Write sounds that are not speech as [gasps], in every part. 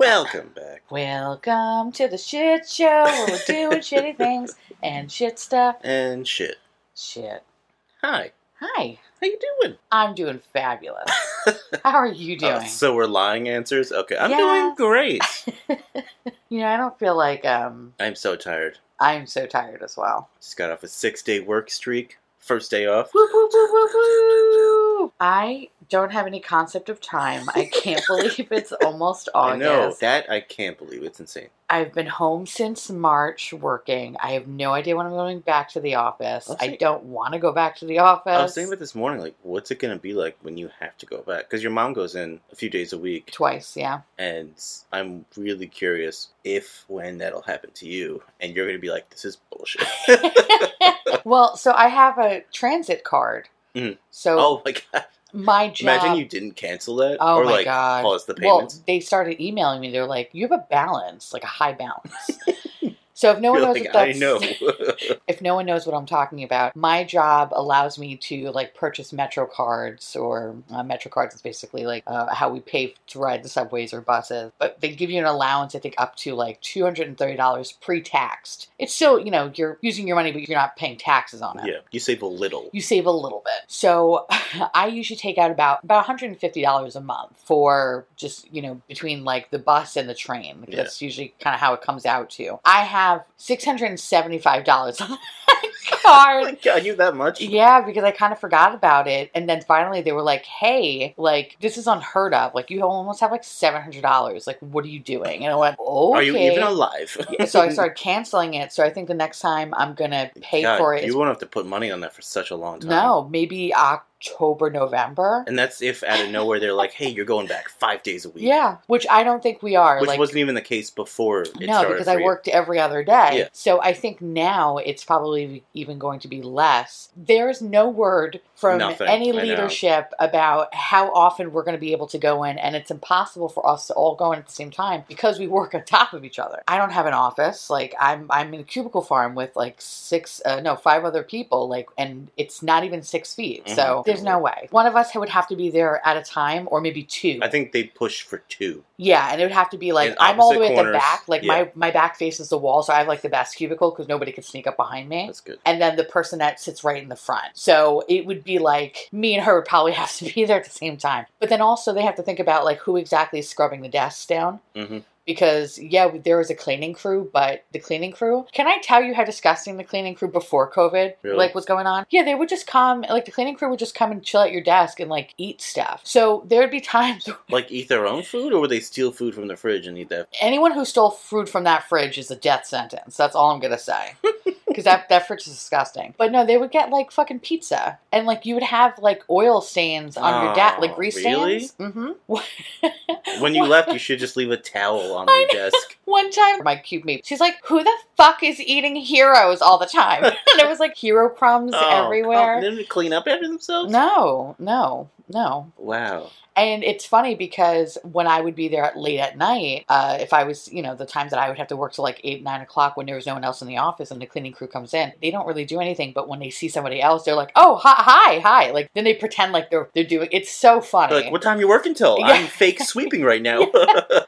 Welcome back. Welcome to the shit show where we're doing shitty things and shit stuff. And shit. Shit. Hi. Hi, How you doing? I'm doing fabulous. How are you [laughs] doing? Oh, so we're lying answers? Okay. I'm Yeah. doing [laughs] great. you know, I don't feel like um I'm so tired. I'm so tired as well. Just got off a six day work streak. First day off. Woo, woo, woo, woo, woo. I don't have any concept of time. I can't believe it's almost I know. August. That I can't believe. It's insane. I've been home since March working. I have no idea when I'm going back to the office. I'll I see. don't want to go back to the I was office thinking about this morning, like, what's it going to be like when you have to go back? Because your mom goes in a few days a week. twice, yeah. And I'm really curious if, when that'll happen to you. And you're going to be like, this is [laughs] bullshit. well, so I have a transit card. Mhm. So oh my God. my job. Imagine you didn't cancel that. Oh or my like God. pause the Well, payments. they started emailing me. They're like, "You have a balance, like a [laughs] high balance." so if no one You're knows like, what that's, I know. [laughs] if no one knows what I'm talking about, my job allows me to like purchase Metro cards or uh, Metro cards is basically like uh, how we pay to ride the subways or buses. But they give you an allowance, I think, up to like two hundred and thirty dollars pre-taxed. It's still, you know, you're using your money, but you're not paying taxes on it. yeah, you save a little. you save a little bit. So [laughs] I usually take out about about $150 a month for just, you know, between like the bus and the train. Yeah. That's usually kind of how it comes out to. I have $675 on that Oh [laughs] card. my God, you that much? Yeah, because I kind of forgot about it. And then finally they were like, hey, like, this is unheard of. Like, you almost have like $700. Like, what are you doing? And I went, okay. Are you even [laughs] alive? [laughs] so I started canceling it. So I think the next time I'm going to pay God, for it is You won't have to put money on that for such a long time. no, maybe October, November. And that's if out of nowhere they're like, hey, you're going back five days a week. Yeah, which I don't think we are. Which like, wasn't even the case before it no, started because for I you. worked every other day. Yeah. So I think now it's probably even going to be less. There's no word from Nothing, any I know. leadership about how often we're going to be able to go in, and it's impossible for us to all go in at the same time because we work on top of each other. I don't have an office. Like I'm, I'm in a cubicle farm with like six, uh, no, five other people. Like, and it's not even six feet. Mhm. So there's no way. One of us would have to be there at a time, or maybe two. I think they push for two. Yeah, and it would have to be like In I'm all the opposite way at the corners. back, like Yeah. my my back faces the wall, so I have like the best cubicle because nobody could sneak up behind me. That's good. And then the person that sits right in the front, so it would be like me and her would probably [laughs] have to be there at the same time. But then also they have to think about like who exactly is scrubbing the desks down. Mhm. Because yeah, there was a cleaning crew, but the cleaning crew. Can I tell you how disgusting the cleaning crew before COVID, Really? like what's going on? Yeah, they would just come, like the cleaning crew would just come and chill at your desk and like eat stuff. So there would be [laughs] times Like, eat their own food, or would they steal food from the fridge and eat [laughs] that? anyone who stole food from that fridge is a death sentence. That's all I'm [laughs] gonna say. Because that, that fridge is disgusting. But no, they would get like fucking pizza, and like you would have like oil stains on your desk, Oh, like grease really? stains. Mm-hmm. When you left, you should just leave a towel on I your desk. [laughs] One time, my cube mate, she's like, "Who the fuck is eating heroes all the time?" [laughs] and it was like hero crumbs Oh, everywhere. come- They didn't clean up after themselves? No, no, no. Wow. And it's funny because when I would be there at, late at night, uh, if I was, you know, the times that I would have to work till like eight, nine o'clock when there was no one else in the office and the cleaning crew comes in, they don't really do anything. But when they see somebody else, they're like, "Oh, hi, hi, hi!" Like then they pretend like they're they're doing. It's so funny. They're like, what time you working till? Yeah. I'm fake sweeping right [laughs] now.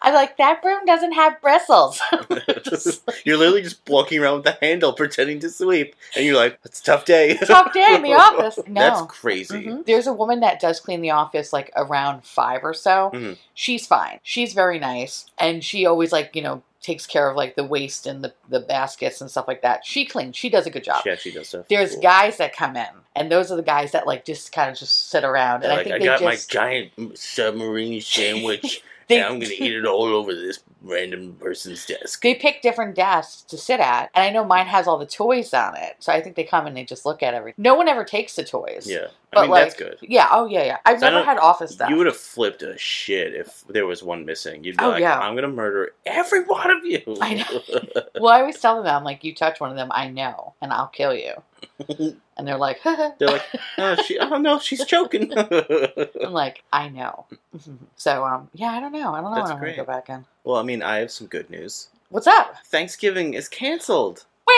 I'm like, that broom doesn't have bristles. [laughs] Just- you're literally [laughs] just walking around with the handle pretending to sweep, and you're like, it's a tough day. [laughs] Tough day in the office. No. That's crazy. Mhm. There's a woman that does clean the office like around five or so. Mhm. She's fine. She's very nice. And she always like, you know, takes care of like the waste and the, the baskets and stuff like that. She cleans. She does a good job. She actually does stuff. There's Cool. guys that come in, and those are the guys that like just kind of just sit around. They're And I like, think I they got just my giant [laughs] submarine sandwich, they, and I'm gonna eat it all over this random person's desk. [laughs] they pick different desks to sit at, and I know mine has all the toys on it. So I think they come and they just look at everything. No one ever takes the toys. Yeah, But I mean like, that's good. Yeah. Oh yeah. Yeah. I've So I never don't- had office stuff. You would have flipped a shit if there was one missing. You'd be Oh, like, yeah. I'm gonna murder every one of you. [laughs] I well, I always tell them, I'm like, you touch one of them, I know, and I'll kill [laughs] you. And they're [laughs] like, [laughs] They're like, oh, she, oh no, she's choking. [laughs] I'm like, I know. so, um, yeah, I don't know. I don't know That's when I'm going great. to go back in. well, I mean, I have some good news. What's up? Thanksgiving is canceled. I'm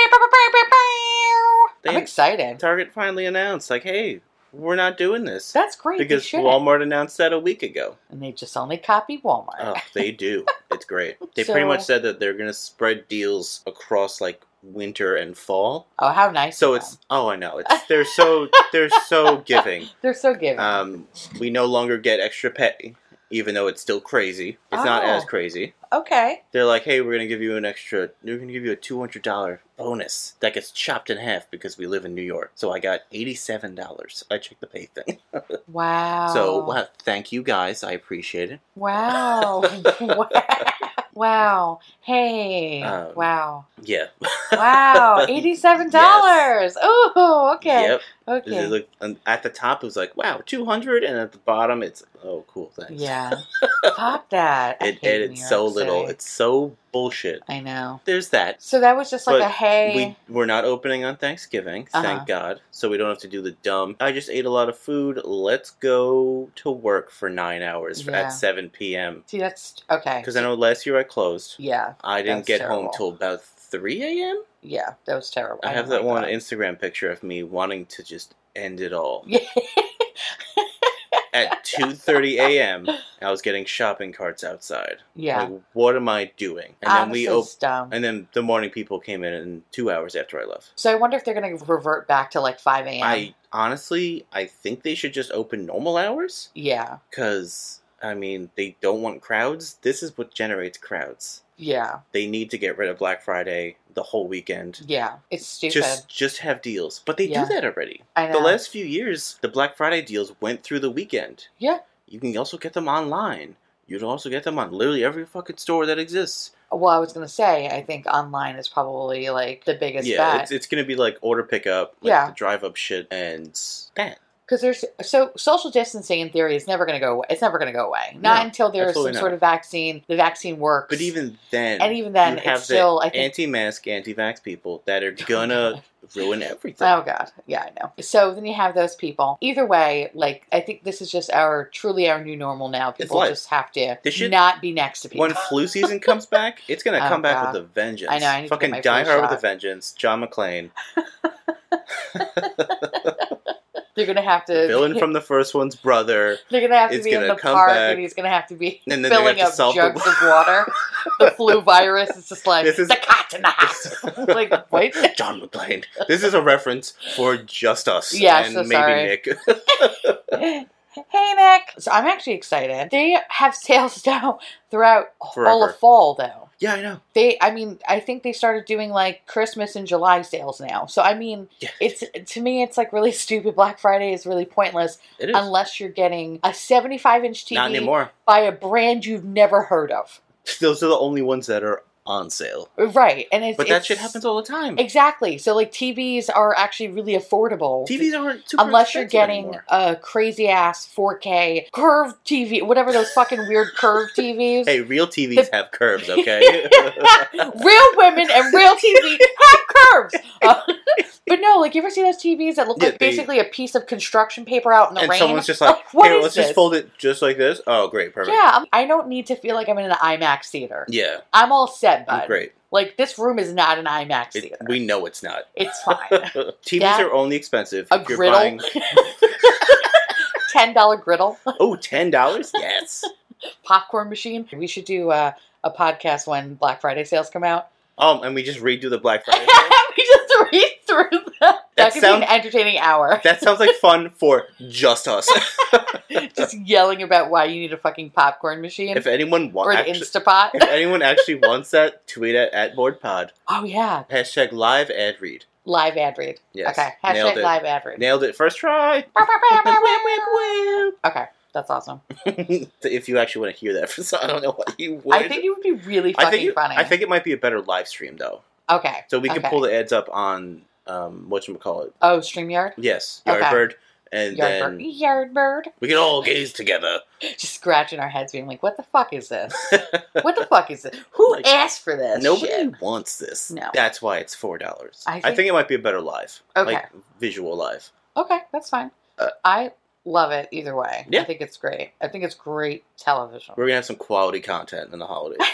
They- excited. Target finally announced, like, hey, we're not doing this That's great. they because should. Walmart announced that a week ago. and they just only copy Walmart. Oh, they [laughs] do. It's great. They pretty So- much said that they're going to spread deals across like winter and fall. Oh, how nice! So of it's them. oh I know. [laughs] It's they're so they're so giving. they're so giving. Um we no longer get extra pay even though it's still crazy. It's not Oh. as crazy. [laughs] okay, They're like, "Hey, we're going to give you an extra we're going to give you a $200 bonus that gets chopped in half because we live in New York." So I got $87. I checked the pay thing. wow. So, wow, thank you guys. I appreciate it. [laughs] wow, [laughs] wow, hey, Um, wow, Yeah. [laughs] wow, eighty-seven dollars. Oh, okay, Yep. okay, It looked- and at the top, it was like, wow, 200. And at the bottom, it's, oh, cool, thanks. [laughs] yeah. Fuck that. I It, hate and New it's York so little. City. It's so bullshit. I know. There's that. So that was just like But a hey. We, we're not opening on Thanksgiving, Uh-huh. thank God. So we don't have to do the dumb, I just ate a lot of food. Let's go to work for nine hours Yeah. at 7 p.m. See, that's okay. Because I know last year I closed. Yeah, I didn't That's get home terrible. till about 3 a.m. yeah, that was terrible. I have don't that like one Instagram picture of me wanting to just end it [laughs] all. at 2:30 a.m. I was getting shopping carts outside. yeah. Ah, Like, what am I doing? And Honestly, then we op- it's dumb. and then the morning people came in and 2 hours after I left. So I wonder if they're going to revert back to like 5 a.m. I honestly I think they should just open normal hours yeah, cuz I mean, they don't want crowds. This is what generates crowds. yeah, They need to get rid of Black Friday, the whole weekend. yeah. It's stupid. Just just have deals. But they Yeah. do that already. I know. The last few years, the Black Friday deals went through the weekend. Yeah. You can also get them online. You can also get them on literally every fucking store that exists. well, I was going to say, I think online is probably like the biggest yeah, bet it's, it's gonna be like order pickup, like Yeah. the drive up shit, and that. because there's so social distancing in theory is never going to go away. It's never going to go away. Not No, until there's some absolutely sort not. of vaccine. The vaccine works. But even then, and even then, you it's have the still I think anti-mask, anti-vax people that are [laughs] gonna ruin everything. Oh god, yeah, I know. So then you have those people. Either way, like I think this is just our truly our new normal now. People life. just have to They should- not be next to people. When flu season comes back, it's gonna [laughs] Oh, come back God. with a vengeance. I know, I need to get Fucking my Die flu Hard with shot. a Vengeance. John McClane, They're gonna have to villain from the first one's brother. [laughs] They're gonna have to It's be in gonna the come park, back, and he's gonna have to be and then they're filling gonna up have to solve the- [laughs] jugs of water. the flu virus is just like This is- the cat [laughs] in the house. [laughs] like what? John McClane. This is a reference for just us. Yeah, and so maybe sorry. Nick. [laughs] hey Nick. So I'm actually excited. They have sales [laughs] now throughout all Forever. of fall, though. yeah, I know. They, I mean, I think they started doing like Christmas and July sales now. So I mean, Yeah. it's to me, it's like really [laughs] stupid. Black Friday is really pointless It is. unless you're getting a 75 inch TV Not anymore. by a brand you've never heard of. Those are the only ones that are on sale. Right, and it's But that it's- shit happens all the time. exactly. So like TVs are actually really affordable. TVs aren't super unless you're expensive getting anymore. a crazy ass 4K curved TV, whatever those fucking weird curved TVs. Hey, real TVs The- have curves, [laughs] okay? I real women and real TV have curves. Uh, but no, like you ever see those TVs that look Yeah, like they- basically a piece of construction paper out in [laughs] the And rain? someone's just [laughs] like, what Here, is let's this? just fold it just like this. Oh, great, perfect. yeah, I'm- I don't need to feel like I'm in an IMAX theater. Yeah, I'm all set, bud. great. Like this room is not an IMAX It- theater. we know it's [laughs] not. it's fine. [laughs] TVs That- are only expensive A if you're griddle? buying. Ten dollar griddle. [laughs] Oh, ten dollars? Yes. popcorn machine. We should do uh, a podcast when Black Friday sales come out. [laughs] Um, and we just redo the Black Friday. sale? we just read through them. That, That could sound- be an [laughs] entertaining hour. that sounds like fun for just us. [laughs] just yelling about why you need a fucking popcorn machine if anyone or wants, an Instapot. [laughs] if anyone actually wants that, tweet at, at BoardPod. oh yeah, Hashtag live ad read. live ad read. Yes. Okay, hashtag Nailed it. live ad read. Nailed it. First [laughs] try. okay, that's awesome. [laughs] if you actually want to hear that, [laughs] for some, I don't know what you would. I think it would be really fucking I think, it- funny. I think it might be a better live stream though, Okay. so we can Okay. pull the ads up on um what you call it. Oh, Streamyard. Yes, Okay. Yardbird, and Yardbird. then Yardbird. [gasps] we can all gaze together. Just scratching our heads, being like, "What the fuck [laughs] is this? what the fuck is this? Who Like, asked for this?" Nobody shit?" wants this. No. That's why it's four dollars. I I, think- think it might be a better live, Okay. like visual live. Okay, that's fine. Uh, I love it either way. I Yeah. think it's great. I think it's great television. [laughs] We're gonna have some quality content in the holidays.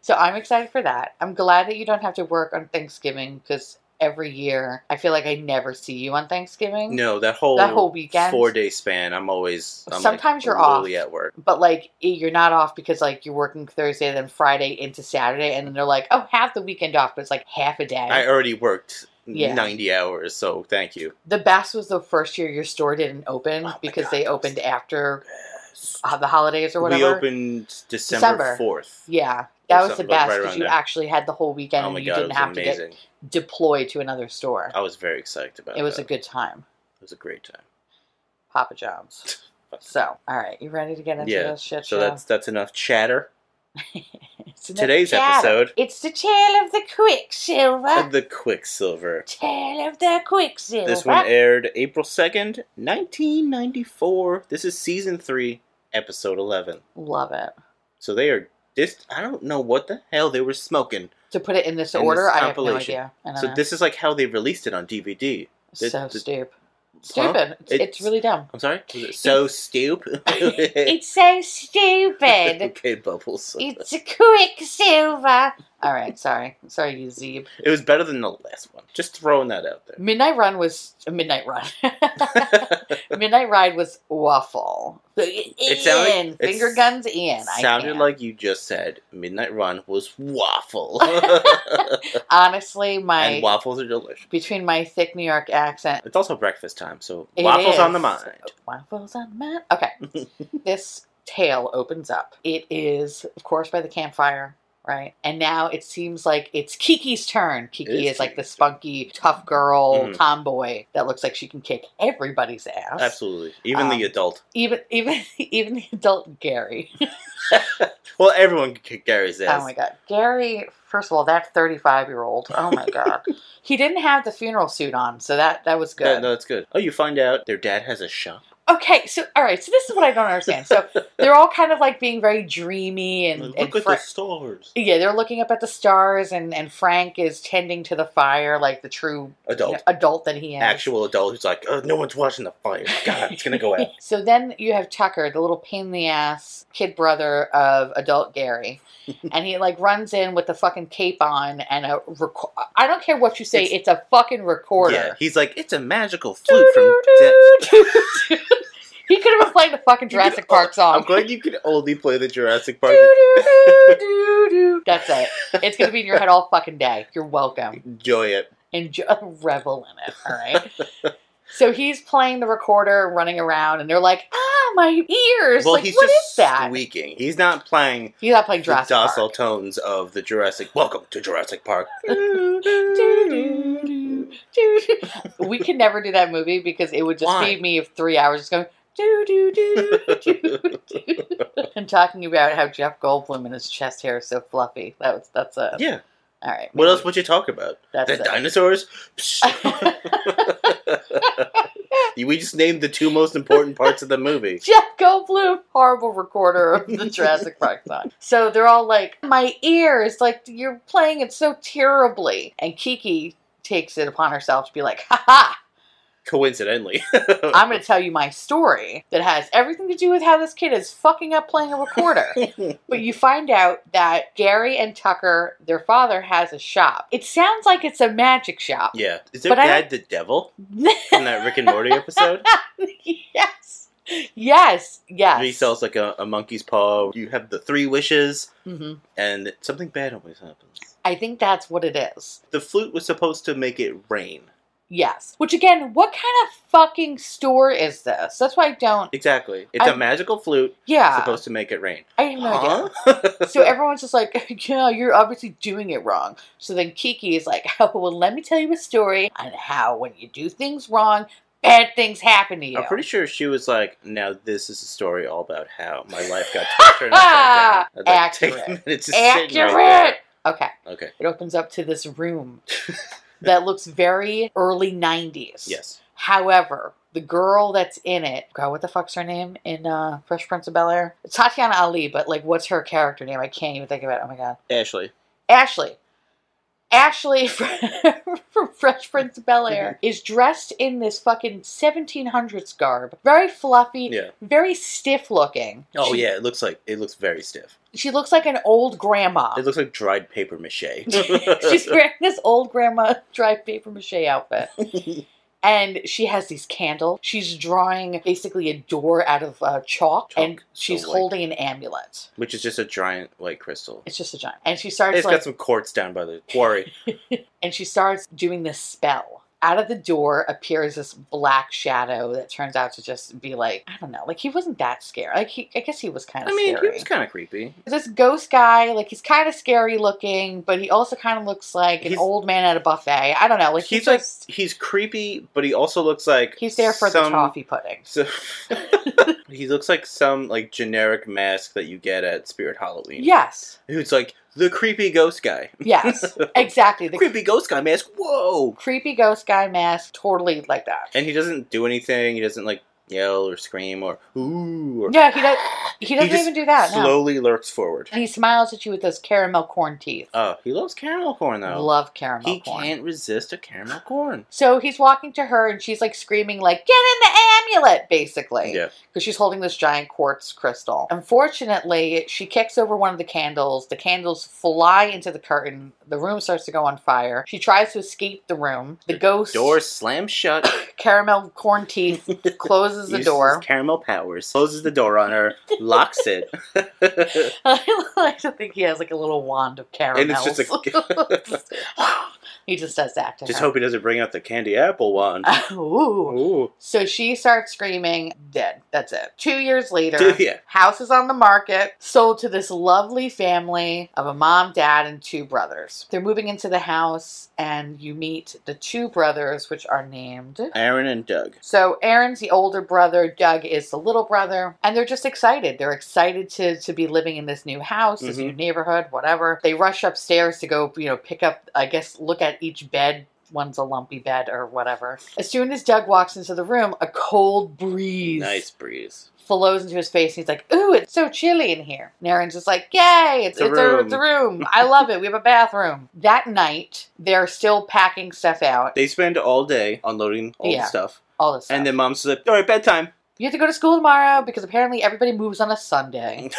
so I'm excited for that. I'm glad that you don't have to work on Thanksgiving because every year. I feel like I never see you on Thanksgiving. No, that whole That whole weekend? four day span, I'm always I'm Sometimes like, you're literally off. at work. But like eh, you're not off because like you're working Thursday, then Friday into Saturday, and then they're like, oh, half the weekend off, but it's like half a day. I already worked Yeah. ninety hours, so thank you. the best was the first year your store didn't open Oh my because God, they that was- opened after uh, the holidays or whatever. We opened December December. fourth. Yeah, that was the something like best right because around you there. actually had the whole weekend Oh and my you god, it didn't was have to amazing. Oh get deployed to another store. I was very excited about it was that. a good time, it was a great time. Papa John's. [laughs] so, all right, you ready to get into Yeah, this shit So show? that's that's enough chatter. [laughs] It's the Today's tale- episode, It's the tale of the quicksilver. the Quicksilver. tale of the quicksilver. This one aired April second, nineteen ninety four. This is season three, episode eleven. Love it. So they are just I don't know what the hell they were smoking. To put it in this In this order, I have no compilation. idea. I don't So know. this is like how they released it on DVD. so thi- thi- stupid. Stupid. It's, it's It's- really dumb. I'm sorry. Was it so [laughs] stupid? It's so [laughs] stupid. okay, bubbles. it's a quicksilver. All right, sorry, sorry, you Zeeb. It was better than the last one. Just throwing that out there. Midnight Run was Midnight Run. [laughs] Midnight Ride was awful. It sounded- in, it's- finger guns in. [laughs] I Sounded can't. like you just said Midnight Run was [laughs] waffle. [laughs] honestly my and waffles are delicious. between my thick New York accent. It's also breakfast time, so It waffles on the is. mind. Waffles on man. [laughs] Okay, this tale opens up. It is of course by the campfire. Right. And now it seems like it's Kiki's turn. Kiki is is, like the Kiki's spunky, tough girl, Mhm. tomboy that looks like she can kick everybody's ass. Absolutely. Even Um, the adult. Even even [laughs] even the adult Gary. [laughs] Well, everyone can kick Gary's ass. Oh my god, Gary! First of all, that thirty-five-year-old. Oh my [laughs] god, he didn't have the funeral suit on, so that that was No, good. no, it's good. Oh, you find out their dad has a shop. Okay, so all right, so this is what I don't understand. [laughs] So they're all kind of like being very dreamy and, Look and at Fra- the stars. yeah, they're looking up at the stars, and and Frank is tending to the fire like the true you know, Adult. adult that he is. Actual adult who's like, oh, no one's watching the [laughs] fire. God, it's going to go out. So then you have Tucker, the little pain in the ass kid brother of adult [laughs] Gary, and he like runs in with the fucking cape on and a record. I don't care what you say, It's- it's, a fucking recorder. Yeah, he's like, it's a magical flute from. De- [laughs] he could have played the fucking Jurassic Park I'm [laughs] song. glad you can only play the Jurassic Park. Doo-doo-doo-doo-doo. That's it. It's gonna be in your head all fucking day. You're welcome. Enjoy it. enjoy, [laughs] revel in it. All right. So he's playing the recorder, running around, and they're like, "Ah, my ears! well, like, he's what just is that?" squeaking. He's not playing He's not playing the Jurassic docile [laughs] Park. tones of the Jurassic. Welcome to Jurassic Park. we can never do that movie because it would just Why? feed me of three hours just going do do do do do [laughs] and talking about how Jeff Goldblum and his chest hair is so fluffy. That was that's a yeah. all right. What maybe else would you talk about? That's The it. [laughs] dinosaurs. Psh. we just named the two most important parts of the movie. Jeff Goldblum, horrible recorder of the Jurassic Park song. So they're all like, "My ears! Like you're playing it so terribly." And Kiki takes it upon herself to be like, "Ha ha! Coincidentally, [laughs] I'm going to tell you my story that has everything to do with how this kid is fucking up playing a recorder. but you find out that Gary and Tucker, their father, has a shop. It sounds like it's a magic shop. yeah. Is their But I dad the devil from that Rick and Morty episode? [laughs] yes. Yes. Yes. He sells like a, a monkey's paw. You have the three wishes, Mhm. and something bad always happens. I think that's what it is. The flute was supposed to make it rain. Yes. Which again, what kind of fucking store is this? That's why I don't. Exactly. It's a I- magical flute Yeah. supposed to make it rain. I have no idea. Huh? So everyone's just like, [laughs] yeah, you're obviously doing it wrong. So then Kiki is like, [laughs] oh, well, let me tell you a story on how when you do things wrong, bad things happen to you. I'm pretty sure she was like, "Now this is a story all about how my life got turned [laughs] upside down." I'd like to take a Accurate. minute to sit right Accurate. there. okay. okay. It opens up to this room [laughs] that looks very early 90s. Yes. However, the girl that's in it, God, what the fuck's her name in uh, Fresh Prince of Bel Air? It's Tatiana Ali, but like, what's her character name? I can't even think of it. Oh my God. Ashley. Ashley. Ashley [laughs] from from Fresh Prince of Bel Air Mm-hmm. is dressed in this fucking 1700s garb, very fluffy, Yeah. very stiff looking. Oh she, yeah, it looks like it looks very stiff. she looks like an old grandma. It looks like dried paper mache. Ah. [laughs] [laughs] She's wearing this old grandma dry paper mache [laughs] outfit. And she has these candles. She's drawing basically a door out of uh, chalk, Chalk. and she's So, like- holding an amulet. which is just a giant white crystal. It's just a giant. And she starts It's like, got some quartz down by the quarry. [laughs] and she starts doing this spell. Out of the door appears this black shadow that turns out to just be like I don't know, like he wasn't that scary. Like he, I guess he was kind of I mean, scary. it was kind of creepy. this ghost guy, like he's kind of scary looking, but he also kind of looks like an He's- old man at a buffet. I don't know, like He's, he's, like just, he's creepy, but he also looks like he's there for the some- toffee pudding. So [laughs] he looks like some like generic mask that you get at Spirit Halloween. Yes, who's like the creepy ghost guy. [laughs] yes, exactly. The creepy ghost guy mask. Whoa! creepy ghost guy mask, totally like that. And he doesn't do anything. He doesn't like yell or scream or ooh. Or, Yeah, he does. He doesn't just even do that. No, Slowly lurks forward. and he smiles at you with those caramel corn teeth. Oh, he loves caramel corn though. Love caramel he corn. can't resist a caramel corn. So he's walking to her and she's like screaming like get in the amulet basically Yeah. because she's holding this giant quartz crystal. Unfortunately, she kicks over one of the candles. The candles fly into the curtain. The room starts to go on fire. She tries to escape the room. The ghost Door slams shut. caramel corn [laughs] teeth closes the uses door. his caramel powers. Closes the door on her. locks it. [laughs] [laughs] I like to think he has like a little wand of caramel. And it's just [laughs] he just does that [laughs] to Just her. hope he doesn't bring out the candy apple [laughs] one. Ooh. Ooh. So she starts screaming, dead. That's it. Two years later, [laughs] Yeah. house is on the market, sold to this lovely family of a mom, dad, and two brothers. They're moving into the house, and you meet the two brothers, which are named. Aaron and Doug. So Aaron's the older brother, Doug is the little brother, and they're just excited. They're excited to to be living in this new house, this Mhm. new neighborhood, whatever. They rush upstairs to go, you know, pick up I guess look at each bed. One's a lumpy bed or whatever. As soon as Doug walks into the room, a cold breeze Nice breeze. flows into his face. And he's like, "Ooh, it's so chilly in here." And Aaron's just like, "Yay, it's, It's a it's, a, room." it's a room. I love it. We have a bathroom." That night, they're still packing stuff out. They spend all day unloading all Yeah. the stuff. All this stuff. And then mom's like, all right, bedtime. you have to go to school tomorrow because apparently everybody moves on [laughs] a Sunday.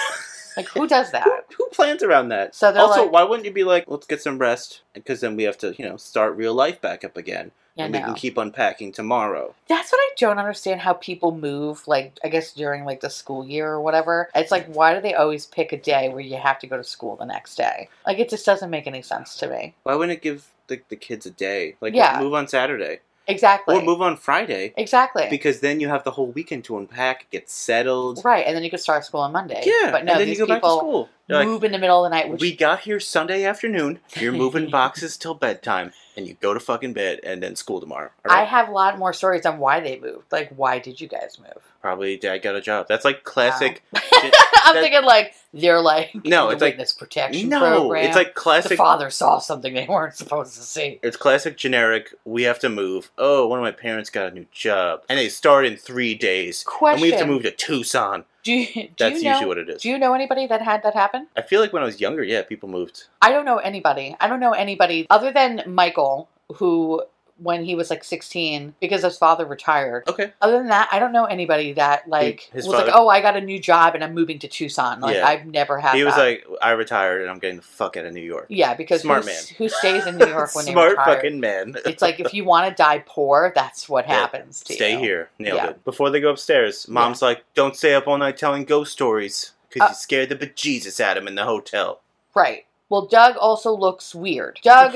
Like, who does who, that? who plans around that? So they're Also, like, why wouldn't you be like, let's get some rest? Because then we have to, you know, start real life back up again. yeah, and we no. can keep unpacking tomorrow. That's what I don't understand how people move, like, I guess during, like, the school year or whatever. It's like, why do they always pick a day where you have to go to school the next day? Like, it just doesn't make any sense to me. Why wouldn't it give the, the kids a day? Like, Yeah. move on Saturday. Exactly. Or move on Friday. Exactly. Because then you have the whole weekend to unpack, get settled. right, and then you could start school on Monday. Yeah. But no, and then these you go back to people school. They're like, move in the middle of the night, which we got here Sunday afternoon. You're [laughs] moving boxes till bedtime, and you go to fucking bed, and then school tomorrow. All I right? have a lot more stories on why they moved. Like, why did you guys move? Probably dad got a job. That's like classic. I'm That- thinking, like, they're like, No, the it's like witness protection no. program. It's like the classic. father saw something they weren't supposed to see. It's classic generic. We have to move. Oh, one of my parents got a new job, and they start in three days. Question: And we have to move to Tucson. Do you, do That's you know, usually what it is. Do you know anybody that had that happen? I feel like when I was younger, yeah, people moved. I don't know anybody. I don't know anybody other than Michael, who when he was like 16, because his father retired. Okay. Other than that, I don't know anybody that like his was like, father- "Oh, I got a new job and I'm moving to Tucson." Like Yeah. I've never had. he was that. like, I retired, and I'm getting the fuck out of New [laughs] York. "Yeah," because Smart who, man. who stays in New York when [laughs] they Smart retire? fucking man. it's like if you want to die poor, that's what Yeah. happens to Stay you. here. Nailed Yeah. it. Before they go upstairs, mom's like, don't stay up all night telling ghost stories because Uh, you scared the bejesus out of him in the hotel. Right. Well, Doug also looks weird. [laughs] Doug,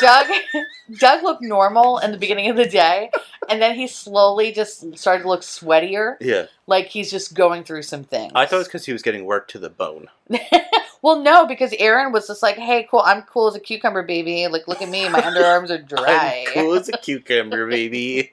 Doug, Doug looked normal in the beginning of the day, and then he slowly just started to look sweatier, Yeah. like he's just going through some things. I thought it was because he was getting worked to the bone. well, no, because Aaron was just like, "Hey, cool, I'm cool as a cucumber, baby. Like, look at [laughs] me, my underarms are dry." I'm [laughs] cool as a cucumber, baby.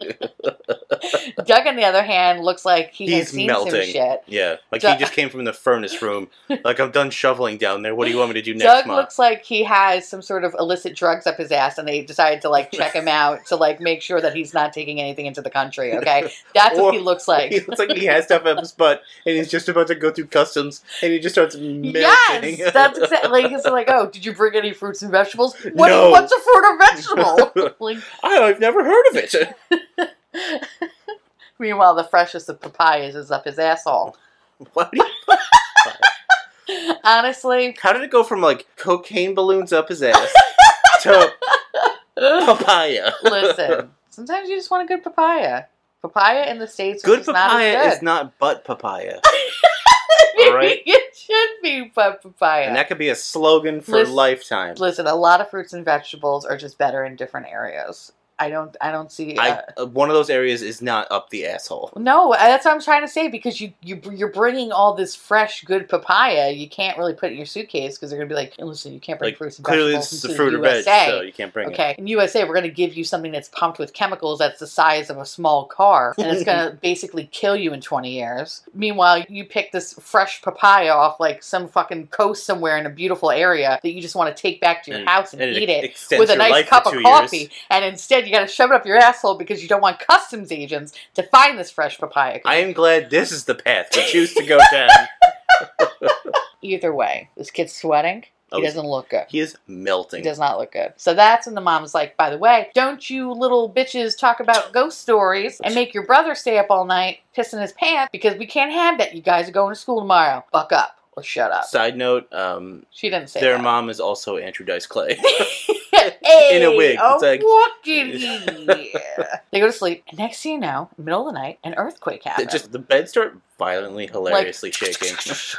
Doug, on the other hand, looks like he has He's seen some melting. shit. yeah. Like Doug- he just came from the furnace [laughs] room. Like I'm done shoveling down there. What do you want me to do next Doug month? looks like he has some sort of illicit drugs up his ass, and they decided to like check him out to like make sure that he's not taking anything into the [laughs] country. Okay, that's Or- what he looks [laughs] like. he looks like he has stuff up his butt and he's just about to go through customs and he just starts melting. Yes, something. [laughs] That's exactly like it's like, oh, did you bring any fruits and vegetables? What No. what's a fruit or [laughs] vegetable? like I've never heard of it. [laughs] meanwhile the freshest of papayas is up his asshole. What do you- [laughs] Honestly. How did it go from like cocaine balloons up his [laughs] ass to papaya? Listen, sometimes you just want a good papaya. Papaya in the States Good is not papaya as is not butt papaya. [laughs] good. all right. it should be but papaya. And that could be a slogan for Listen- lifetime. Listen, a lot of fruits and vegetables are just better in different areas. I don't I don't see I, uh, uh, one of those areas is not up the asshole. No, uh, that's what I'm trying to say because you, you you're bringing all this fresh, good papaya. You can't really put it in your suitcase because they're gonna be like, "Hey, listen, you can't bring Like fruits and clearly, vegetables this is into a fruit the or veg, USA." so you can't bring it. okay, in USA, we're gonna give you something that's pumped with chemicals that's the size of a small car, and [laughs] it's gonna basically kill you in 20 years. Meanwhile, you pick this fresh papaya off like some fucking coast somewhere in a beautiful area that you just want to take back to your And- house and, And eat ex- it extends with a your nice life cup for of two coffee, years. and instead you got to shove it up your asshole because you don't want customs agents to find this fresh papaya. I am glad this is the path we choose to [laughs] go down. Either way, this kid's sweating. Oh, He doesn't look good. he is He melting. does not look good. So that's when the mom's like, by the way, don't you little bitches [laughs] talk about ghost stories and make your brother stay up all night pissing his pants because we can't have that. You guys are going to school tomorrow. Buck up or shut up. Side note: um, She didn't say Their that. mom is also Andrew Dice Clay. [laughs] Hey, in a wig. A It's like- [laughs] walkie. they go to sleep. And next thing you know, middle of the night, an earthquake They happens. just the beds start violently, [laughs] hilariously shaking,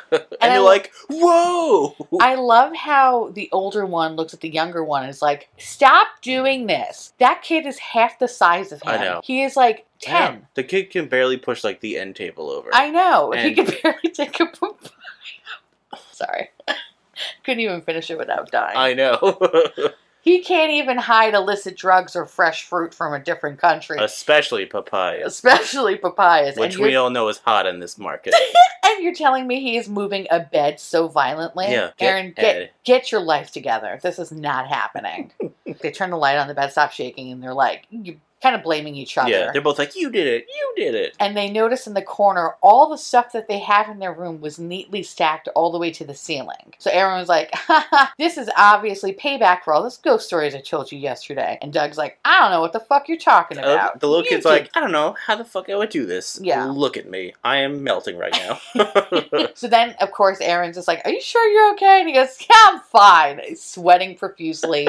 [laughs] and, And I- you're like, "Whoa!" I love how the older one looks at the younger one and is like, "Stop doing this." That kid is half the size of him. I know. He is like [laughs] Yeah. ten. The kid can barely push like the end table over. I know. he And- could [laughs] barely take a poop. Sorry. [laughs] Couldn't even finish it without dying. I know, [laughs] he can't even hide illicit drugs or fresh fruit from a different country, especially papaya, especially papayas. which and, we you're, all know is hot in this [laughs] market. and you're telling me he is moving a bed so violently? Yeah, get Aaron, get, Ed. get your life together. This is not [laughs] happening. they turn the light on, the bed stops shaking, and they're like, you kind of blaming each other. yeah, they're both like, "You did it! You did it!" and they notice in the corner all the stuff that they have in their room was neatly stacked all the way to the ceiling. So Aaron was like, [laughs] "Ha ha, this is obviously payback for all those ghost stories I told you yesterday. And Doug's like, I don't know what the fuck you're talking I love- about. Uh, the little You kid's did like, "I don't know how the fuck I would do this." Yeah. look at me, I am melting right now. so then, of course, Aaron's just like, Are you sure you're okay? And he goes, Yeah, I'm fine. He's sweating [laughs] profusely,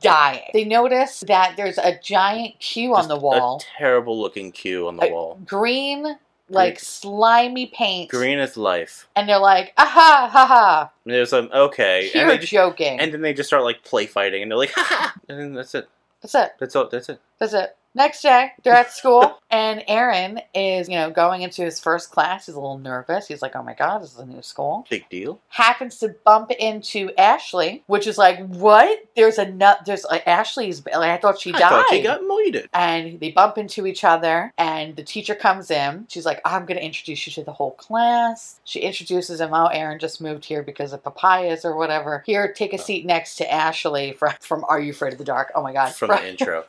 dying. They notice that there's a giant Q [laughs] on Just the wall, a terrible looking cue on the Uh, [laughs] wall. green, like Green. slimy paint. Green is life. And they're like, Aha, ha ha. And there's some okay, and You're they, just, joking. and then they just start like play fighting, and they're like, [laughs] "Ha ha!" And then that's it. That's it. That's all. That's it. That's it. Next day, they're at school, [laughs] and Aaron is, you know, going into his first class. He's a little nervous. He's like, oh my God, this is a new school. Big deal. Happens to bump into Ashley, which is like, what? There's a nut. There's like, Ashley's, like, I thought she died. I thought she got moited. and they bump into each other, and the teacher comes in. She's like, I'm going to introduce you to the whole class. She introduces him. Oh, Aaron just moved here because of papayas or whatever. Here, take Oh. a seat next to Ashley from, from Are You Afraid of the Dark? Oh my God. From [laughs] the intro.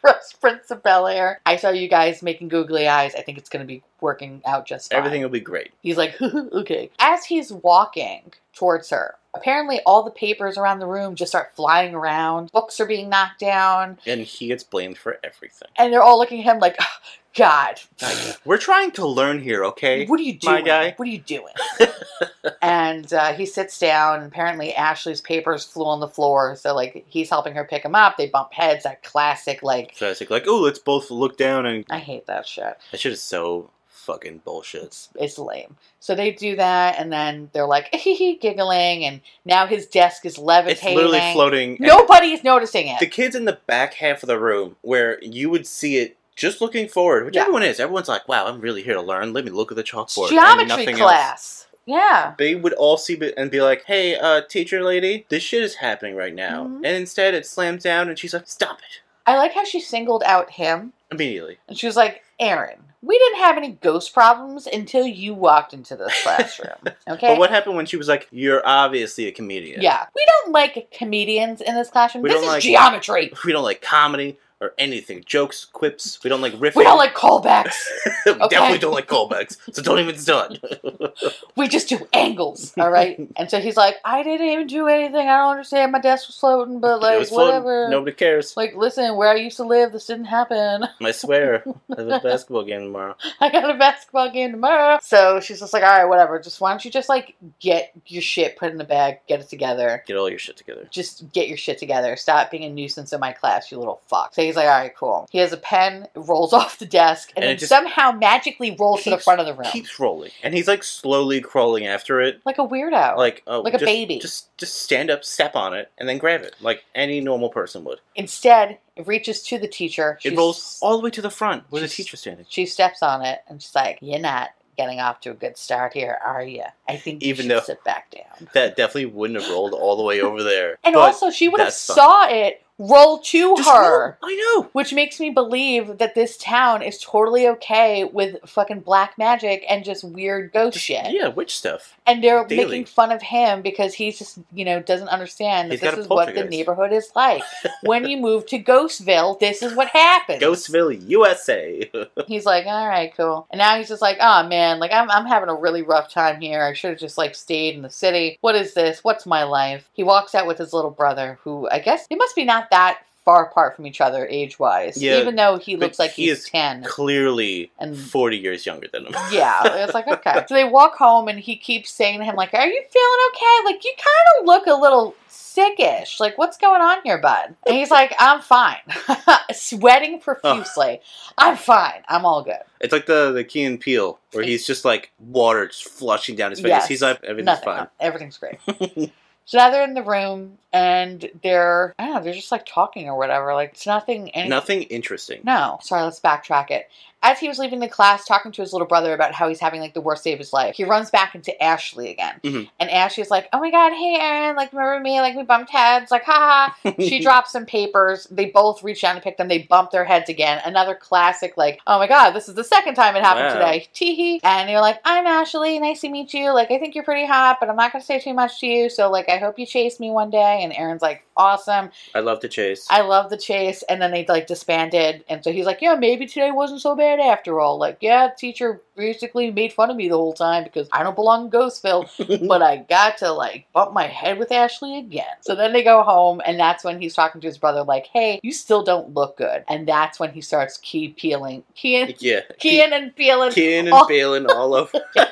Fresh Prince of Bel Air. I saw you guys making googly eyes. I think it's going to be working out just fine. Everything will be great. He's like, [laughs] okay. As he's walking towards her, apparently all the papers around the room just start flying around. Books are being knocked down, And he gets blamed for everything. and they're all looking at him like, "Oh, God, We're trying to learn here, okay? what are you doing? my guy. What are [laughs] you doing? and uh, he sits down. Apparently, Ashley's papers flew on the floor, so like he's helping her pick them up. They bump heads. That classic like. So I was like, like, oh, let's both look down and I hate that shit. that shit is so fucking bullshit. it's it's lame. So they do that, and then they're like [laughs] giggling, and now his desk is It's levitating. literally floating. and Nobody's noticing it. The kids in the back half of the room where you would see it just looking forward, which Yeah. everyone is. Everyone's like, wow, I'm really here to learn. Let me look at the It's chalkboard. and geometry nothing else. class. Yeah. they would all see it and be like, "Hey, uh, teacher lady, this shit is happening right now." Mhm. And instead, it slams down, and she's like, "Stop it!" I like how she singled out him, Immediately, and she was like, "Aaron, we didn't have any ghost problems until you walked [laughs] into this classroom." Okay. but what happened when she was like, "You're obviously a comedian." yeah. We don't like comedians in this classroom. We this don't is like- [laughs] geometry. we don't like comedy. or anything. Jokes, quips. We don't like riffing. We don't like callbacks. [laughs] We okay. Definitely don't like callbacks. So don't even start. [laughs] We just do angles, all right? and so he's like, I didn't even do anything. I don't understand. My desk was floating, but It like, was fun. whatever. Nobody cares. Like, listen, where I used to live, this didn't happen. I swear. [laughs] I have a basketball game tomorrow. [laughs] I got a basketball game tomorrow. So she's just like, all right, whatever. Just why don't you just like get your shit put in the bag, get it together. Get all your shit together. Just get your shit together. Stop being a nuisance in my class, you little fuck. So he's like, all right, cool. He has a pen, it rolls [laughs] off the desk, And and, it then just somehow magically rolls to the keeps- front of the room. Keeps rolling, and he's like slowly crawling after it. like a weirdo. Like, oh, Like a just- baby. Just, just stand up, step on it, and then grab it, like any normal person would. Instead, it reaches to the teacher. It She's- rolls all the way to the front where the she's- teacher's standing. She steps on it and she's like, You're not getting off to a good start here, are you? I think you Even should though- sit back down. That definitely wouldn't have rolled all the way over there. [laughs] And But also, she would have that's fine. saw it roll to just her, roll. I know. which makes me believe that this town is totally okay with fucking black magic and just weird ghost shit. Yeah, witch stuff. And they're Daily. making fun of him because he's just, you know, doesn't understand that He's got this a is what the poltergeist. neighborhood is [laughs] like. when you move to Ghostville, this is what happens. Ghostville, USA. [laughs] He's like, all right, cool. And now he's just like, oh man, like I'm, I'm having a really rough time here. I should have just like stayed in the city. What is this? What's my life? He walks out with his little brother, who I guess they must be not that far apart from each other age wise. Yeah, Even though he but looks like he he's is [laughs] 10. Clearly, And- forty years younger than him. yeah, [laughs] it's like okay. So they walk home, and he keeps saying to him, like, "Are you feeling okay? Like, you kind of look a little sickish. Like, what's going on here, bud?" And he's like, "I'm fine, [laughs] sweating profusely. I'm fine. I'm all good." It's like the the Key and Peele where he's just like water just flushing down his face. Yes. He's like everything's Nothing. fine. Everything's great. [laughs] so now they're in the room and they're I don't know, they're just like talking or whatever. Like it's nothing any- Nothing interesting. No. Sorry, let's backtrack it. As he was leaving the class talking to his little brother about how he's having like the worst day of his life, he runs back into Ashley again. Mhm. And Ashley's like, Oh my god, hey Aaron, like remember me? Like we bumped heads, like haha she drops some papers. They both reach down to pick them. They bump their heads again. Another classic, like, oh my God, this is the second time it happened Wow. today. Tee hee. And they're like, I'm Ashley. Nice to meet you. Like, I think you're pretty hot, but I'm not going to say too much to you. So, like, I hope you chase me one day. And Aaron's like, awesome. I love to chase. I love the chase. And then they, like, disbanded. And so he's like, yeah, maybe today wasn't so bad after all. Like, yeah, teacher basically made fun of me the whole time because I don't belong in Ghostville but I got to like bump my head with Ashley again. So then they go home, and that's when he's talking to his brother, like, "Hey, you still don't look good." And that's when he starts key peeling, keying, yeah. keying and peeling, Keen and all- Balin all over. [laughs]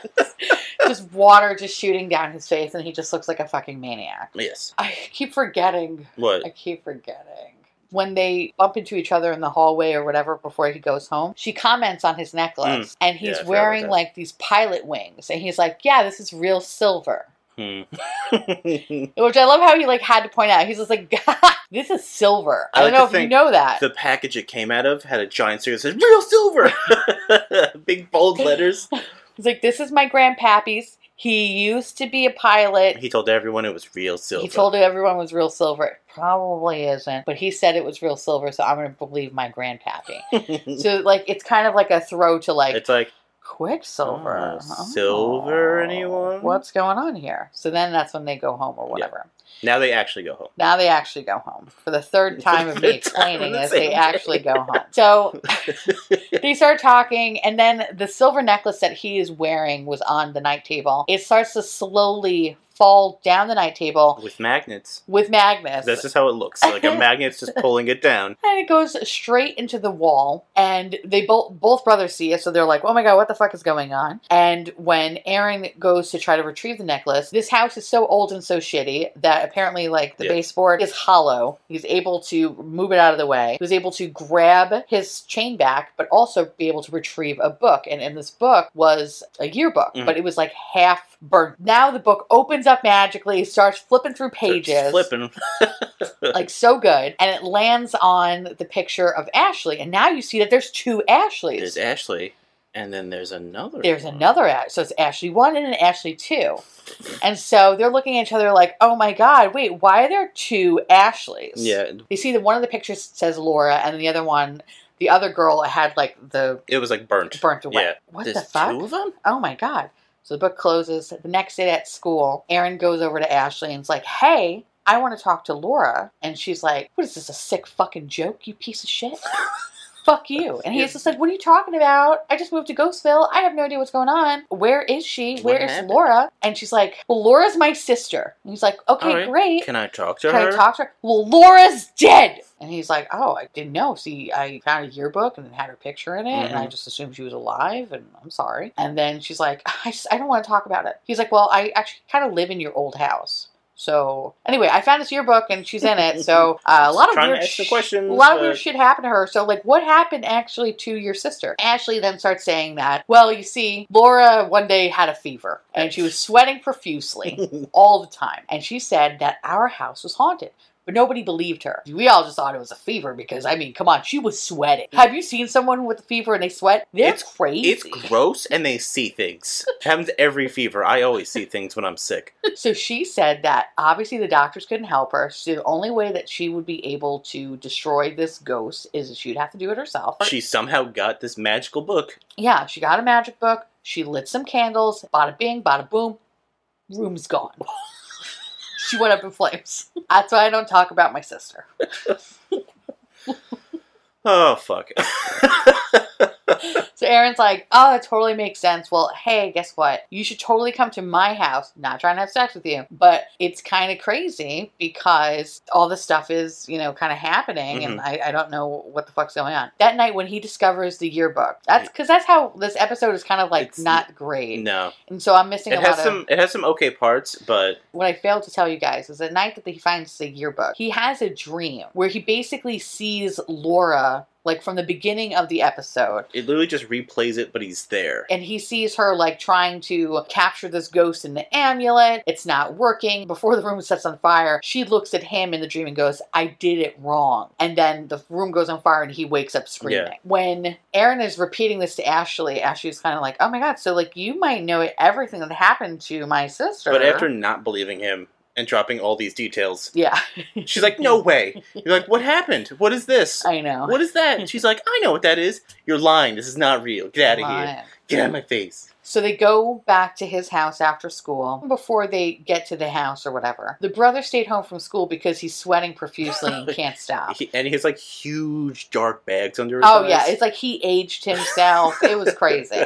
just water just shooting down his face, and he just looks like a fucking maniac. yes. I keep forgetting. What? I keep forgetting. When they bump into each other in the hallway or whatever before he goes home, she comments on his necklace and Mm. Yeah, I he's forgot about wearing that. like these pilot wings. And he's like, Yeah, this is real silver. Hmm. Which I love how he like had to point out. He's just like, [laughs] this is silver. I, I like don't know to if you think know that. the package it came out of had a giant sticker that said "Real Silver," [laughs] big bold [laughs] letters. He's like, this is my grandpappy's. He used to be a pilot. He told everyone it was real silver. [laughs] He told everyone it was real silver. It probably isn't, but he said it was real silver, so I'm gonna believe my [laughs] grandpappy. so like, it's kind of like a throw to like it's like Quicksilver. Oh, silver, anyone? What's going on here? So then that's when they go home or whatever. now they actually go home. Now they actually go home for [laughs] the third time of me Third time explaining in the this. They same actually go home. [laughs] So they start talking, and then the silver necklace that he is wearing was on the night table. It starts to slowly fall down the night table with magnets. with Magnus. This is how it looks. Like a magnet's just pulling it down. and it goes straight into the wall, and they both both brothers see it, so they're like, "Oh my god, what the fuck is going on?" And when Aaron goes to try to retrieve the necklace, this house is so old and so shitty that apparently, like the Yeah. baseboard is hollow. He's able to move it out of the way. He was able to grab his chain back, but also be able to retrieve a book. And in this book was a yearbook, Mhm. but it was like half burnt. Now the book opens up magically, starts flipping through [laughs] pages, It's flipping. like so good and it lands on the picture of ashley and now you see that there's two ashleys There's Ashley, and then there's another. there's one. another Ash- so it's ashley one and an ashley two and so they're looking at each other like oh my god wait why are there two ashleys Yeah, they see that one of the pictures says laura and the other one the other girl had like the it was like burnt. burnt away Yeah. what there's the fuck two of them. oh my god so the book closes the next day at school aaron goes over to ashley and is like hey I want to talk to Laura. And she's like, What is this, a sick fucking joke, you piece [laughs] of shit? Fuck you. And he's just like, What are you talking about? I just moved to Ghostville. I have no idea what's going on. Where is she? Where What is happened?" Laura? And she's like, Well, Laura's my sister. And he's like, Okay, All right. great. Can I talk to Can her? I talk to her? Well, Laura's dead. And he's like, oh, I didn't know. See, I found a yearbook and it had her picture in it, and I Mm-hmm. just assumed she was alive, and I'm sorry. And then she's like, [laughs] I, just, I don't want to talk about it. He's like, well, I actually kind of live in your old house. So anyway, I found this yearbook and she's in [laughs] it. So uh, a lot of Trying to weird ask the sh- questions, a lot of weird but- shit happened to her. So like, what happened actually to your sister? Ashley then starts saying that. Well, you see, Laura one day had a fever and she was sweating profusely all the time. And she said that our house was haunted. But nobody believed her. We all just thought it was a fever because, I mean, come on, she was sweating. Have you seen someone with a fever and they sweat? They're It's- crazy. It's gross and they see things. happens to every fever. I always see things when I'm sick. [laughs] so she said that obviously the doctors couldn't help her. So the only way that she would be able to destroy this ghost is she'd have to do it herself. She somehow got this magical book. yeah, she got a magic book. She lit some candles. Bada bing, bada boom. [laughs] Room's gone. she went up in flames. That's why I don't talk about my sister. Oh fuck. So Aaron's like, oh, that totally makes sense. Well, hey, guess what? You should totally come to my house. Not trying to have sex with you, but it's kind of crazy because all this stuff is, you know, kind of happening, and Mm-hmm. I, I don't know what the fuck's going on. That night when he discovers the yearbook, that's because that's how this episode is kind of like It's- not great, no. and so I'm missing It a has lot some of. it has some okay parts, but What I failed to tell you guys is the night that he finds the yearbook, he has a dream where he basically sees Laura like from the beginning of the episode it literally just replays it but he's there. and he sees her like trying to capture this ghost in the amulet. It's not working. Before the room sets on fire, she looks at him in the dream and goes, I did it wrong. And then the room goes on fire and he wakes up screaming. Yeah. When Aaron is repeating this to Ashley, Ashley's kind of like, Oh my God, so like you might know everything that happened to my sister. But after not believing him and dropping all these details, Yeah, [laughs] she's like, No way. You're like, What happened? What is this? I know. What is that? And she's like, I know what that is. You're lying. This is not real. Get out of here. Lion. Get out of my face. So they go back to his house after school before they get to the house or whatever. The brother stayed home from school because he's sweating profusely [laughs] and can't stop. He, and he has like huge dark bags under his Oh eyes. yeah, it's like he aged himself. it was crazy.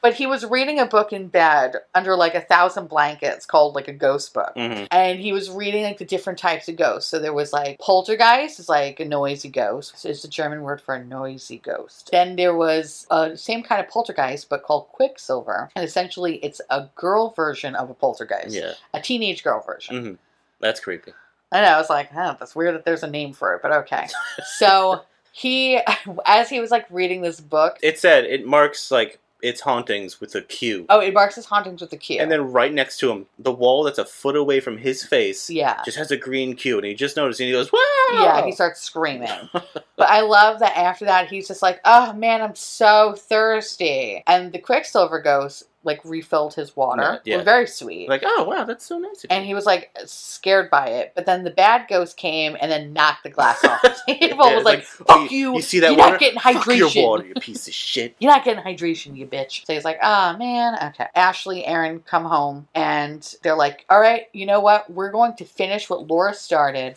But he was reading a book in bed under like a thousand blankets called like a ghost book. Mhm. And he was reading like the different types of ghosts. So there was like poltergeist is like a noisy ghost. So it's the German word for a noisy ghost. Then there was a same kind of poltergeist but called quicksilver. And essentially it's a girl version of a poltergeist. Yeah. A teenage girl version. Mhm. That's creepy. I know. I was like, huh, that's weird that there's a name for it, but okay. so he, [laughs] as he was like reading this book, It said it marks like its hauntings with a Q. oh, it marks his hauntings with a Q. And then right next to him, the wall that's a foot away from his face yeah, just has a green Q, and he just noticed, and he goes, "Wow!" yeah, he starts screaming. [laughs] but I love that after that, he's just like, oh man, I'm so thirsty. And the Quicksilver ghost like refilled his water. Yeah, yeah. Well, very sweet. like, "Oh wow, that's so nice." of and you." he was like scared by it, but then the bad ghost came and then knocked the glass off [laughs] the table. Yeah, was it's like, "Oh, "Fuck you! You see that You're water? not getting Fuck your hydration." water, you piece of shit." You're not getting hydration, you bitch. So he's like, ah, man. Okay. Ashley, Aaron come home and they're like, all right, you know what? We're going to finish what Laura started.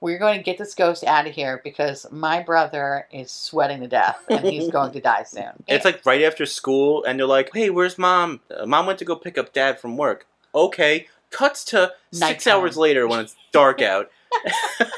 We're going to get this ghost out of here because my brother is sweating to death and he's going to die soon. It's like right after school, and they're like, "Hey, where's mom? Uh, mom went to go pick up dad from work." Okay, cuts to six Nighttime. hours later when it's dark out. [laughs]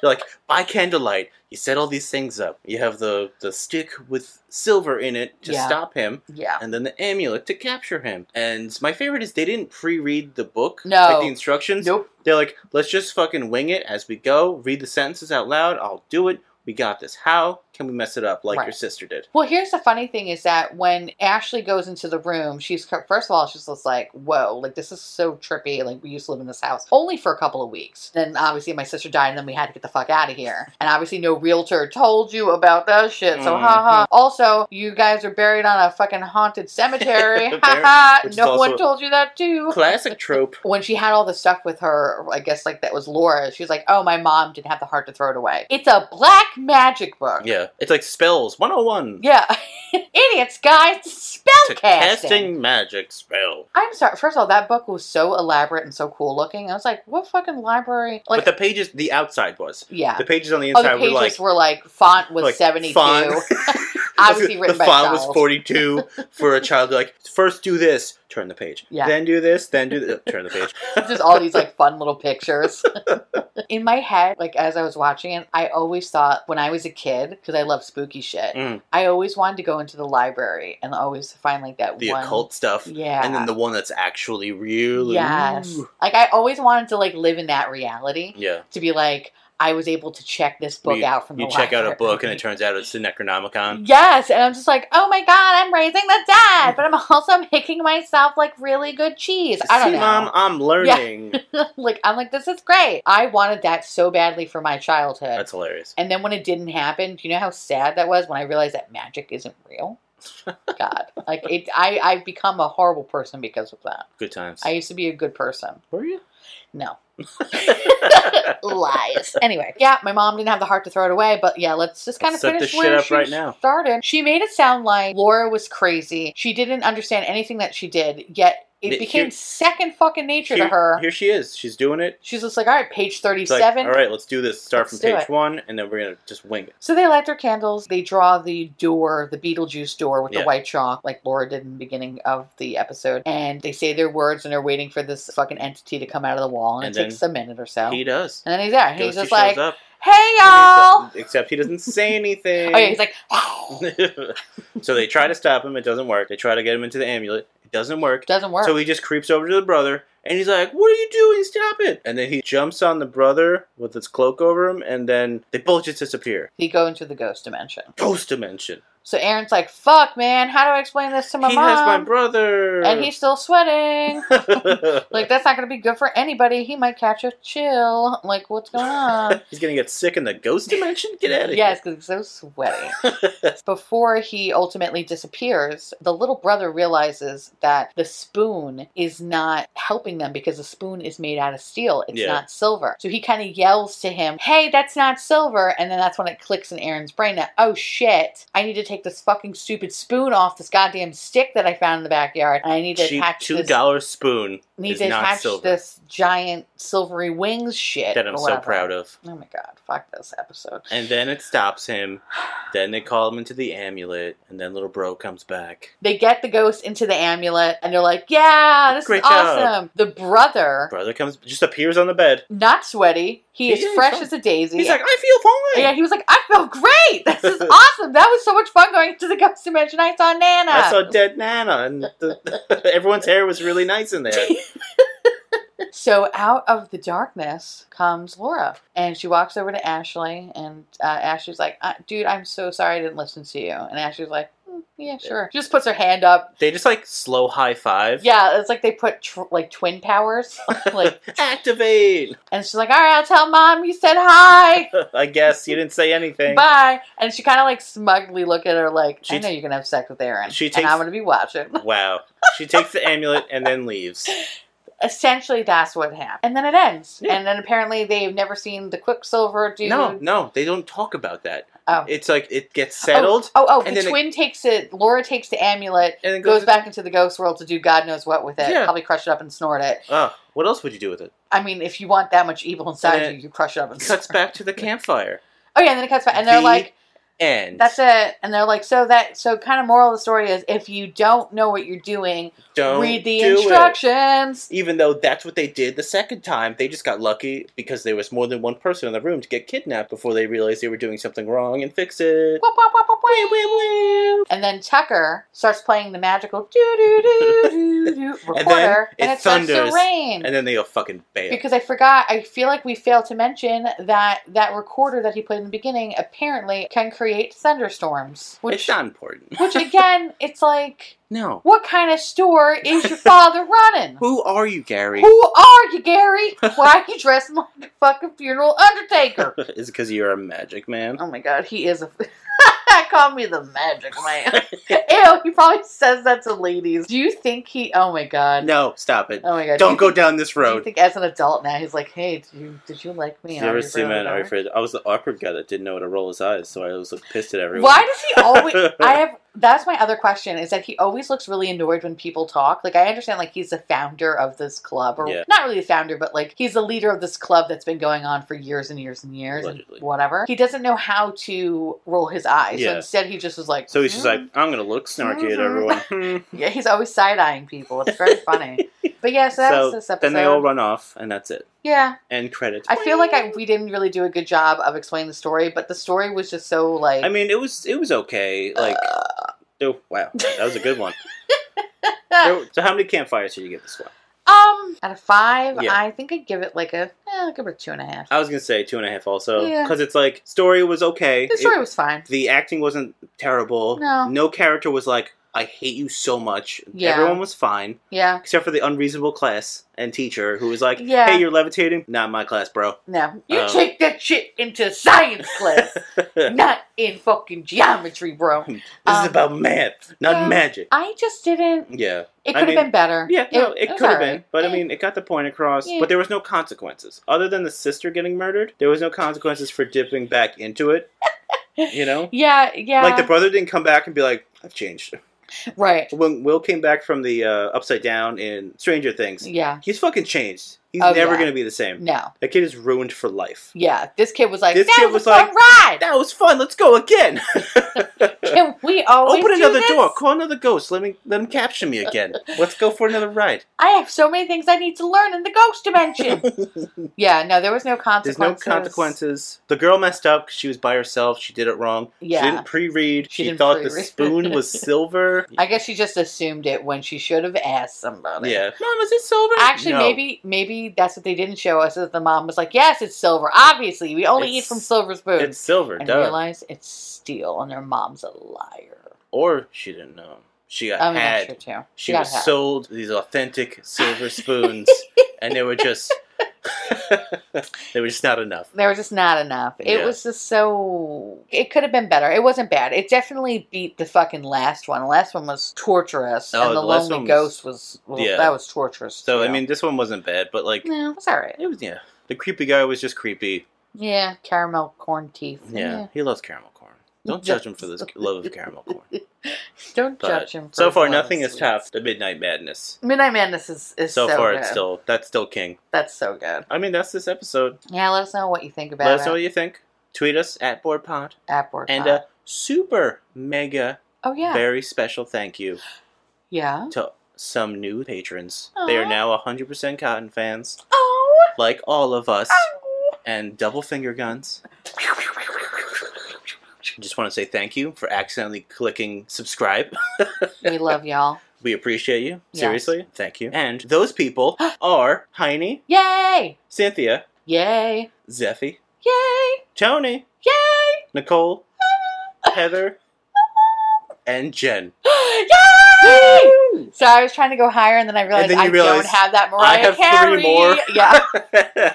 You're like, by candlelight, you set all these things up. You have the the stick with silver in it to Yeah. stop him, yeah. and then the amulet to capture him. And my favorite is they didn't pre-read the book, No. like the instructions. Nope. They're like, let's just fucking wing it as we go. Read the sentences out loud. I'll do it. We got this. How can we mess it up like your Right. sister did? Well, here's the funny thing is that when Ashley goes into the room, she's first of all, she's just like, whoa, like this is so trippy. Like, we used to live in this house only for a couple of weeks. Then obviously, my sister died, and then we had to get the fuck out of here. And obviously, no realtor told you about that shit. So, Mhm. haha. Also, you guys are buried on a fucking haunted cemetery. haha. [laughs] Which is No also- one told you that, too. [laughs] Classic trope. When she had all the stuff with her, I guess like that was Laura, she was like, oh, my mom didn't have the heart to throw it away. It's a black magic book. Yeah. Yeah, it's like spells 101. Yeah. [laughs] Idiots, guys. Spell To casting. casting magic spell. I'm sorry. First of all, that book was so elaborate and so cool looking. I was like, what fucking library? but Like, the pages, the outside was. yeah. The pages on the Oh, inside the pages were like. were like font was like, [laughs] 72. font. [laughs] Obviously written the by font was Charles. 42 for a child. Like, first do this, turn the page. Yeah. Then do this, then do [laughs] this, turn the page. [laughs] just all these like fun [laughs] little pictures [laughs] in my head like as i was watching it i always thought when i was a kid because i love spooky shit Mm. i always wanted to go into the library and always find like that The one occult stuff. yeah And then the one that's actually real. yes like i always wanted to like live in that reality Yeah. to be like i was able to check this book You- out from You the check out a library. book and it turns out it's the Necronomicon. Yes, and I'm just like, oh my god, I'm raising the [laughs] dead, but I'm also making myself like really good cheese. I don't See, know. mom, I'm learning. [laughs] like I'm like, this is great. I wanted that so badly for my childhood. That's hilarious. and then when it didn't happen, do you know how sad that was when I realized that magic isn't [laughs] real? God, like it, I I've become a horrible person because of that. Good times. I used to be a good person. Were you? [laughs] No lies. Anyway, yeah, my mom didn't have the heart to throw it away, but yeah, let's just kind Let's of set finish this where shit up she right now. started. She made it sound like Laura was crazy. She didn't understand anything that she did. Yet it Here- became second fucking nature here, to her. Here she is. She's doing it. She's just like, all right, page It's like, 37. all right, let's do this. Start Let's from do page it. one, and then we're gonna just wing it. So they light their candles. They draw the door, the Beetlejuice door with Yeah. the white chalk, like Laura did in the beginning of the episode. And they say their words and they're waiting for this fucking entity to come out of the wall. And, And it takes a minute or so. He does. and then he's there. He's Ghosty just like, shows up, hey, and y'all. he's- except he doesn't [laughs] say anything. Oh, yeah, he's like, [sighs] [laughs] so they try to stop him. It doesn't work. They try to get him into the amulet. It doesn't work. doesn't work. So he just creeps over to the brother and he's like, What are you doing? Stop it. And then he jumps on the brother with his cloak over him and then they both just disappear. he go into the ghost dimension. Ghost dimension. So Aaron's like, fuck, man, how do I explain this to my he mom? has my brother. [laughs] and he's still sweating. like, that's not going to be good for anybody. He might catch a chill. Like, what's going on? he's going to get sick in the ghost dimension? Get out of Yes, because he's so [laughs] sweaty. Before he ultimately disappears, the little brother realizes that the spoon is not helping them because the spoon is made out of steel. It's Yeah. not silver. So he kind of yells to him, Hey, that's not silver. And then that's when it clicks in Aaron's brain that, Oh shit, I need to take this fucking stupid spoon off this goddamn stick that I found in the backyard. And I need to here. Cheap attach two this. dollar spoon Need is to not attach silver this giant silvery wings shit that I'm or so whatever. proud of. Oh my god, fuck this episode. And then it stops him. Then they call him into the amulet, and then little bro comes back. They get the ghost into the amulet and they're like, yeah, this Great is job." awesome. The brother, Brother comes, just appears on the bed. not sweaty, he Yeah, is he's fresh fine. as a daisy. He's like, I feel fine. yeah, he was like, I feel great. [laughs] This is awesome. That was so much fun going to the ghost dimension. I saw Nana. I saw dead Nana, and the, [laughs] everyone's hair was really nice in [laughs] there. so out of the darkness comes Laura and she walks over to Ashley and uh, Ashley's like, uh, dude, I'm so sorry I didn't listen to you. And Ashley's like, "Mm, yeah, sure. She just puts her hand up. They just like slow high five. Yeah, it's like they put tr- like twin powers, [laughs] like Activate. [laughs] And she's like, all right, I'll tell mom you said hi. I guess you didn't say anything. Bye. And she kind of like smugly look at her like, She I know t- you're going to have sex with Aaron. She and takes- I'm going to be watching. Wow. She takes the amulet and then leaves. Essentially, that's what happened. And then it ends. Yeah. And then apparently they've never seen the Quicksilver dude. No, no, they don't talk about that. Oh. It's like it gets settled Oh, oh, And the then it- twin takes it. Laura takes the amulet, and then Oh. goes back into the ghost world to do God knows what with it. Yeah. Probably crush it up and snort it. Oh, what else would you do with it? I mean, if you want that much evil inside then you, you crush it up and It cuts snort it. back to [laughs] the campfire. Oh, yeah, and then it cuts back. And they're The like, And that's it. And they're like, so that, so kind of moral of the story is if you don't know what you're doing, don't read the do it. instructions. Even though that's what they did the second time, they just got lucky because there was more than one person in the room to get kidnapped before they realized they were doing something wrong and fix it. Wah, wah, wah, wah, wah. Wah, wah, wah. And then Tucker starts playing the magical doo doo doo doo doo [laughs] And then recorder, it and it, starts to thunders, rain. And then they all fucking bail. because I forgot, I feel like we failed to mention that that recorder that he played in the beginning apparently can create thunderstorms. Which, it's not important. [laughs] which again, it's like, No. what kind of store [laughs] is your father running? Who are you, Gary? [laughs] Who are you, Gary? Why are you dressing like a fucking funeral undertaker? Is it because you're a magic man? Oh my god, Oh he is a. [laughs] Call me the magic man. [laughs] Ew, he probably says that to ladies. Do you think he? Oh my god. No, stop it. Oh my god. Do Don't you go think- down this Do you road. think as an adult now he's like, hey, did you did you like me? You in ever Army see Bro man Radar? Are You Afraid? I was the awkward guy that didn't know how to roll his eyes, so I was like, pissed at everyone. [laughs] Why does [laughs] he always? I have. That's my other question is that he always looks really annoyed when people talk. Like I understand, like he's the founder of this club, or Yeah. not really the founder, but like he's the leader of this club that's been going on for years and years and years, and Allegedly. whatever. He doesn't know how to roll his eyes, so Yeah. instead he just was like. So he's just "Hmm." like, I'm gonna look snarky at Mhm. everyone. [laughs] Hmm. Yeah, he's always side eyeing people. It's very [laughs] funny. But yeah, so that So was this episode. then they all run off, and that's it. yeah, End credits. I feel like I we didn't really do a good job of explaining the story, but the story was just so like. I mean, it was it was okay. Like, Uh. oh wow, that was a good [laughs] one. um, There- so how many campfires did you give this one? um, out of five, Yeah. I think I'd give it like a, eh, I'll give it a two and a half. I was gonna say two and a half, also, Yeah. because it's like story was okay. the story It- was fine. the acting wasn't terrible. No. character was like, I hate you so much. Yeah. Everyone was fine Yeah, except for the unreasonable class and teacher who was like, Yeah. Hey, you're levitating. Not my class, bro. no, you Um. take that shit into science [laughs] class, not in fucking geometry, bro. This Um, is about math, not yeah. magic. I just didn't. Yeah. It I could have mean, been better. Yeah, no, it, was could have been. alright. But Eh. I mean, it got the point across. Yeah. But there was no consequences. Other than the sister getting murdered, there was no consequences for dipping back into [laughs] it. You know? yeah, yeah, Like the brother didn't come back and be like, I've changed. right, When Will came back from the uh, upside down in Stranger Things, yeah, he's fucking changed. He's Oh, never yeah. gonna be the same. no, That kid is ruined for life. yeah. This kid was like, This that kid was, was a fun like- ride. [laughs] That was fun. Let's go [laughs] again. Can we always Open do another this? door. Call another ghost. Let me let him capture me [laughs] again. Let's go for another ride. I have so many things I need to learn in the ghost dimension. [laughs] yeah, no, there was no There's no consequences. consequences. The girl messed up 'cause she was by herself. She did it wrong. Yeah. She didn't pre-read. She She, didn't thought the pre-read. spoon [laughs] was silver. I guess she just assumed it when she should have asked somebody. yeah. Mom, is it silver? Actually, No. maybe maybe that's what they didn't show us. Is the mom was like, "Yes, it's silver. Obviously, we only eat It's- from silver it's spoons," silver. and Duh. realized it's steel, and their mom's a liar. or she didn't know. She got I mean, that's had. true too. She got was had. sold these authentic [laughs] silver spoons, and they were just [laughs] they were just not enough. There was just not enough. It Yeah. was just so. It could have been better. It wasn't bad. It definitely beat the fucking last one. The last one was torturous, Oh, and the, the last lonely one was- ghost was. well, Yeah. that was torturous. So I too. mean, this one wasn't bad, but like no, it's all right. it was yeah. The creepy guy was just creepy. Yeah, caramel corn teeth. Yeah, he loves caramel corn. Don't judge him for this love of caramel corn. [laughs] Don't But judge him. For So his far, love of nothing is sweets. topped the Midnight Madness. Midnight Madness is, is So, so, far, good. it's still that's still king. That's so good. I mean, that's this episode. Yeah, let us know what you think about Let us know what it. you think. Tweet us at BoardPod At Board and uh, a Pod. super mega oh yeah, very special thank you yeah. to some new patrons. They are Aw. now 100% Cotton fans, Oh, like all of us, oh. and double finger guns. Just want to say thank you for accidentally clicking subscribe. [laughs] we love y'all. We appreciate you. Yes. Seriously. Thank you. And those [gasps] people are Heine, Yay! Cynthia, Yay! Zeffy, Yay! Tony, Yay! Nicole, Heather, and Jen. [laughs] Yay! So I was trying to go higher, and then I realized then you I realize, don't have that have Mariah three Carey. more. [laughs] Yeah,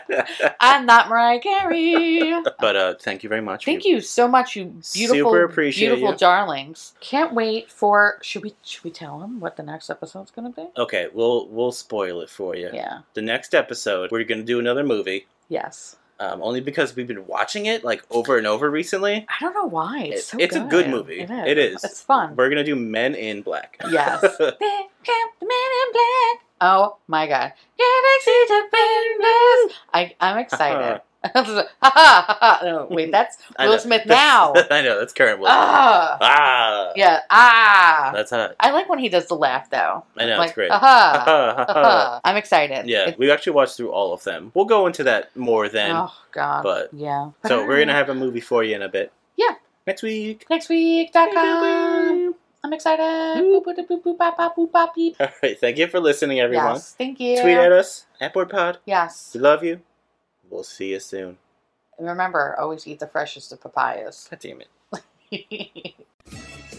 but I'm not Mariah Carey. uh, thank you very much. Thank you so much, you beautiful, Super appreciate beautiful you. darlings. Can't wait for. Should we? Should we tell them what the next episode's gonna be? Okay, we'll we'll spoil it for you. Yeah. The next episode, we're gonna do another movie. Yes. Um, only because we've been watching it like over and over recently. I don't know why. It's It- so it's a good movie. It is. It's fun. We're gonna do Men in Black. [laughs] yes. There come the men in black. Oh my god. Galaxy defenders. I [laughs] I'm excited. [laughs] no, wait, that's I Will know. Smith now. [laughs] I know that's current. Will Smith. ah. Ah, Yeah. Ah. that's hot. I like when he does the laugh though. I know, like, uh-huh, it's great. [laughs] Aha. aha. I'm excited. yeah, It's- we actually watched through all of them. We'll go into that more then. oh god. but- yeah. So we're gonna have a movie for you in a bit. Yeah. next week. next week.com. I'm excited. Boop, boop, boop, boop, bop, bop, boop, bop, beep. All right, thank you for listening, everyone. Yes. Thank you. Tweet at us at BoardPod. Yes. We love you. We'll see you soon. [laughs] And remember, always eat the freshest of papayas. God damn it.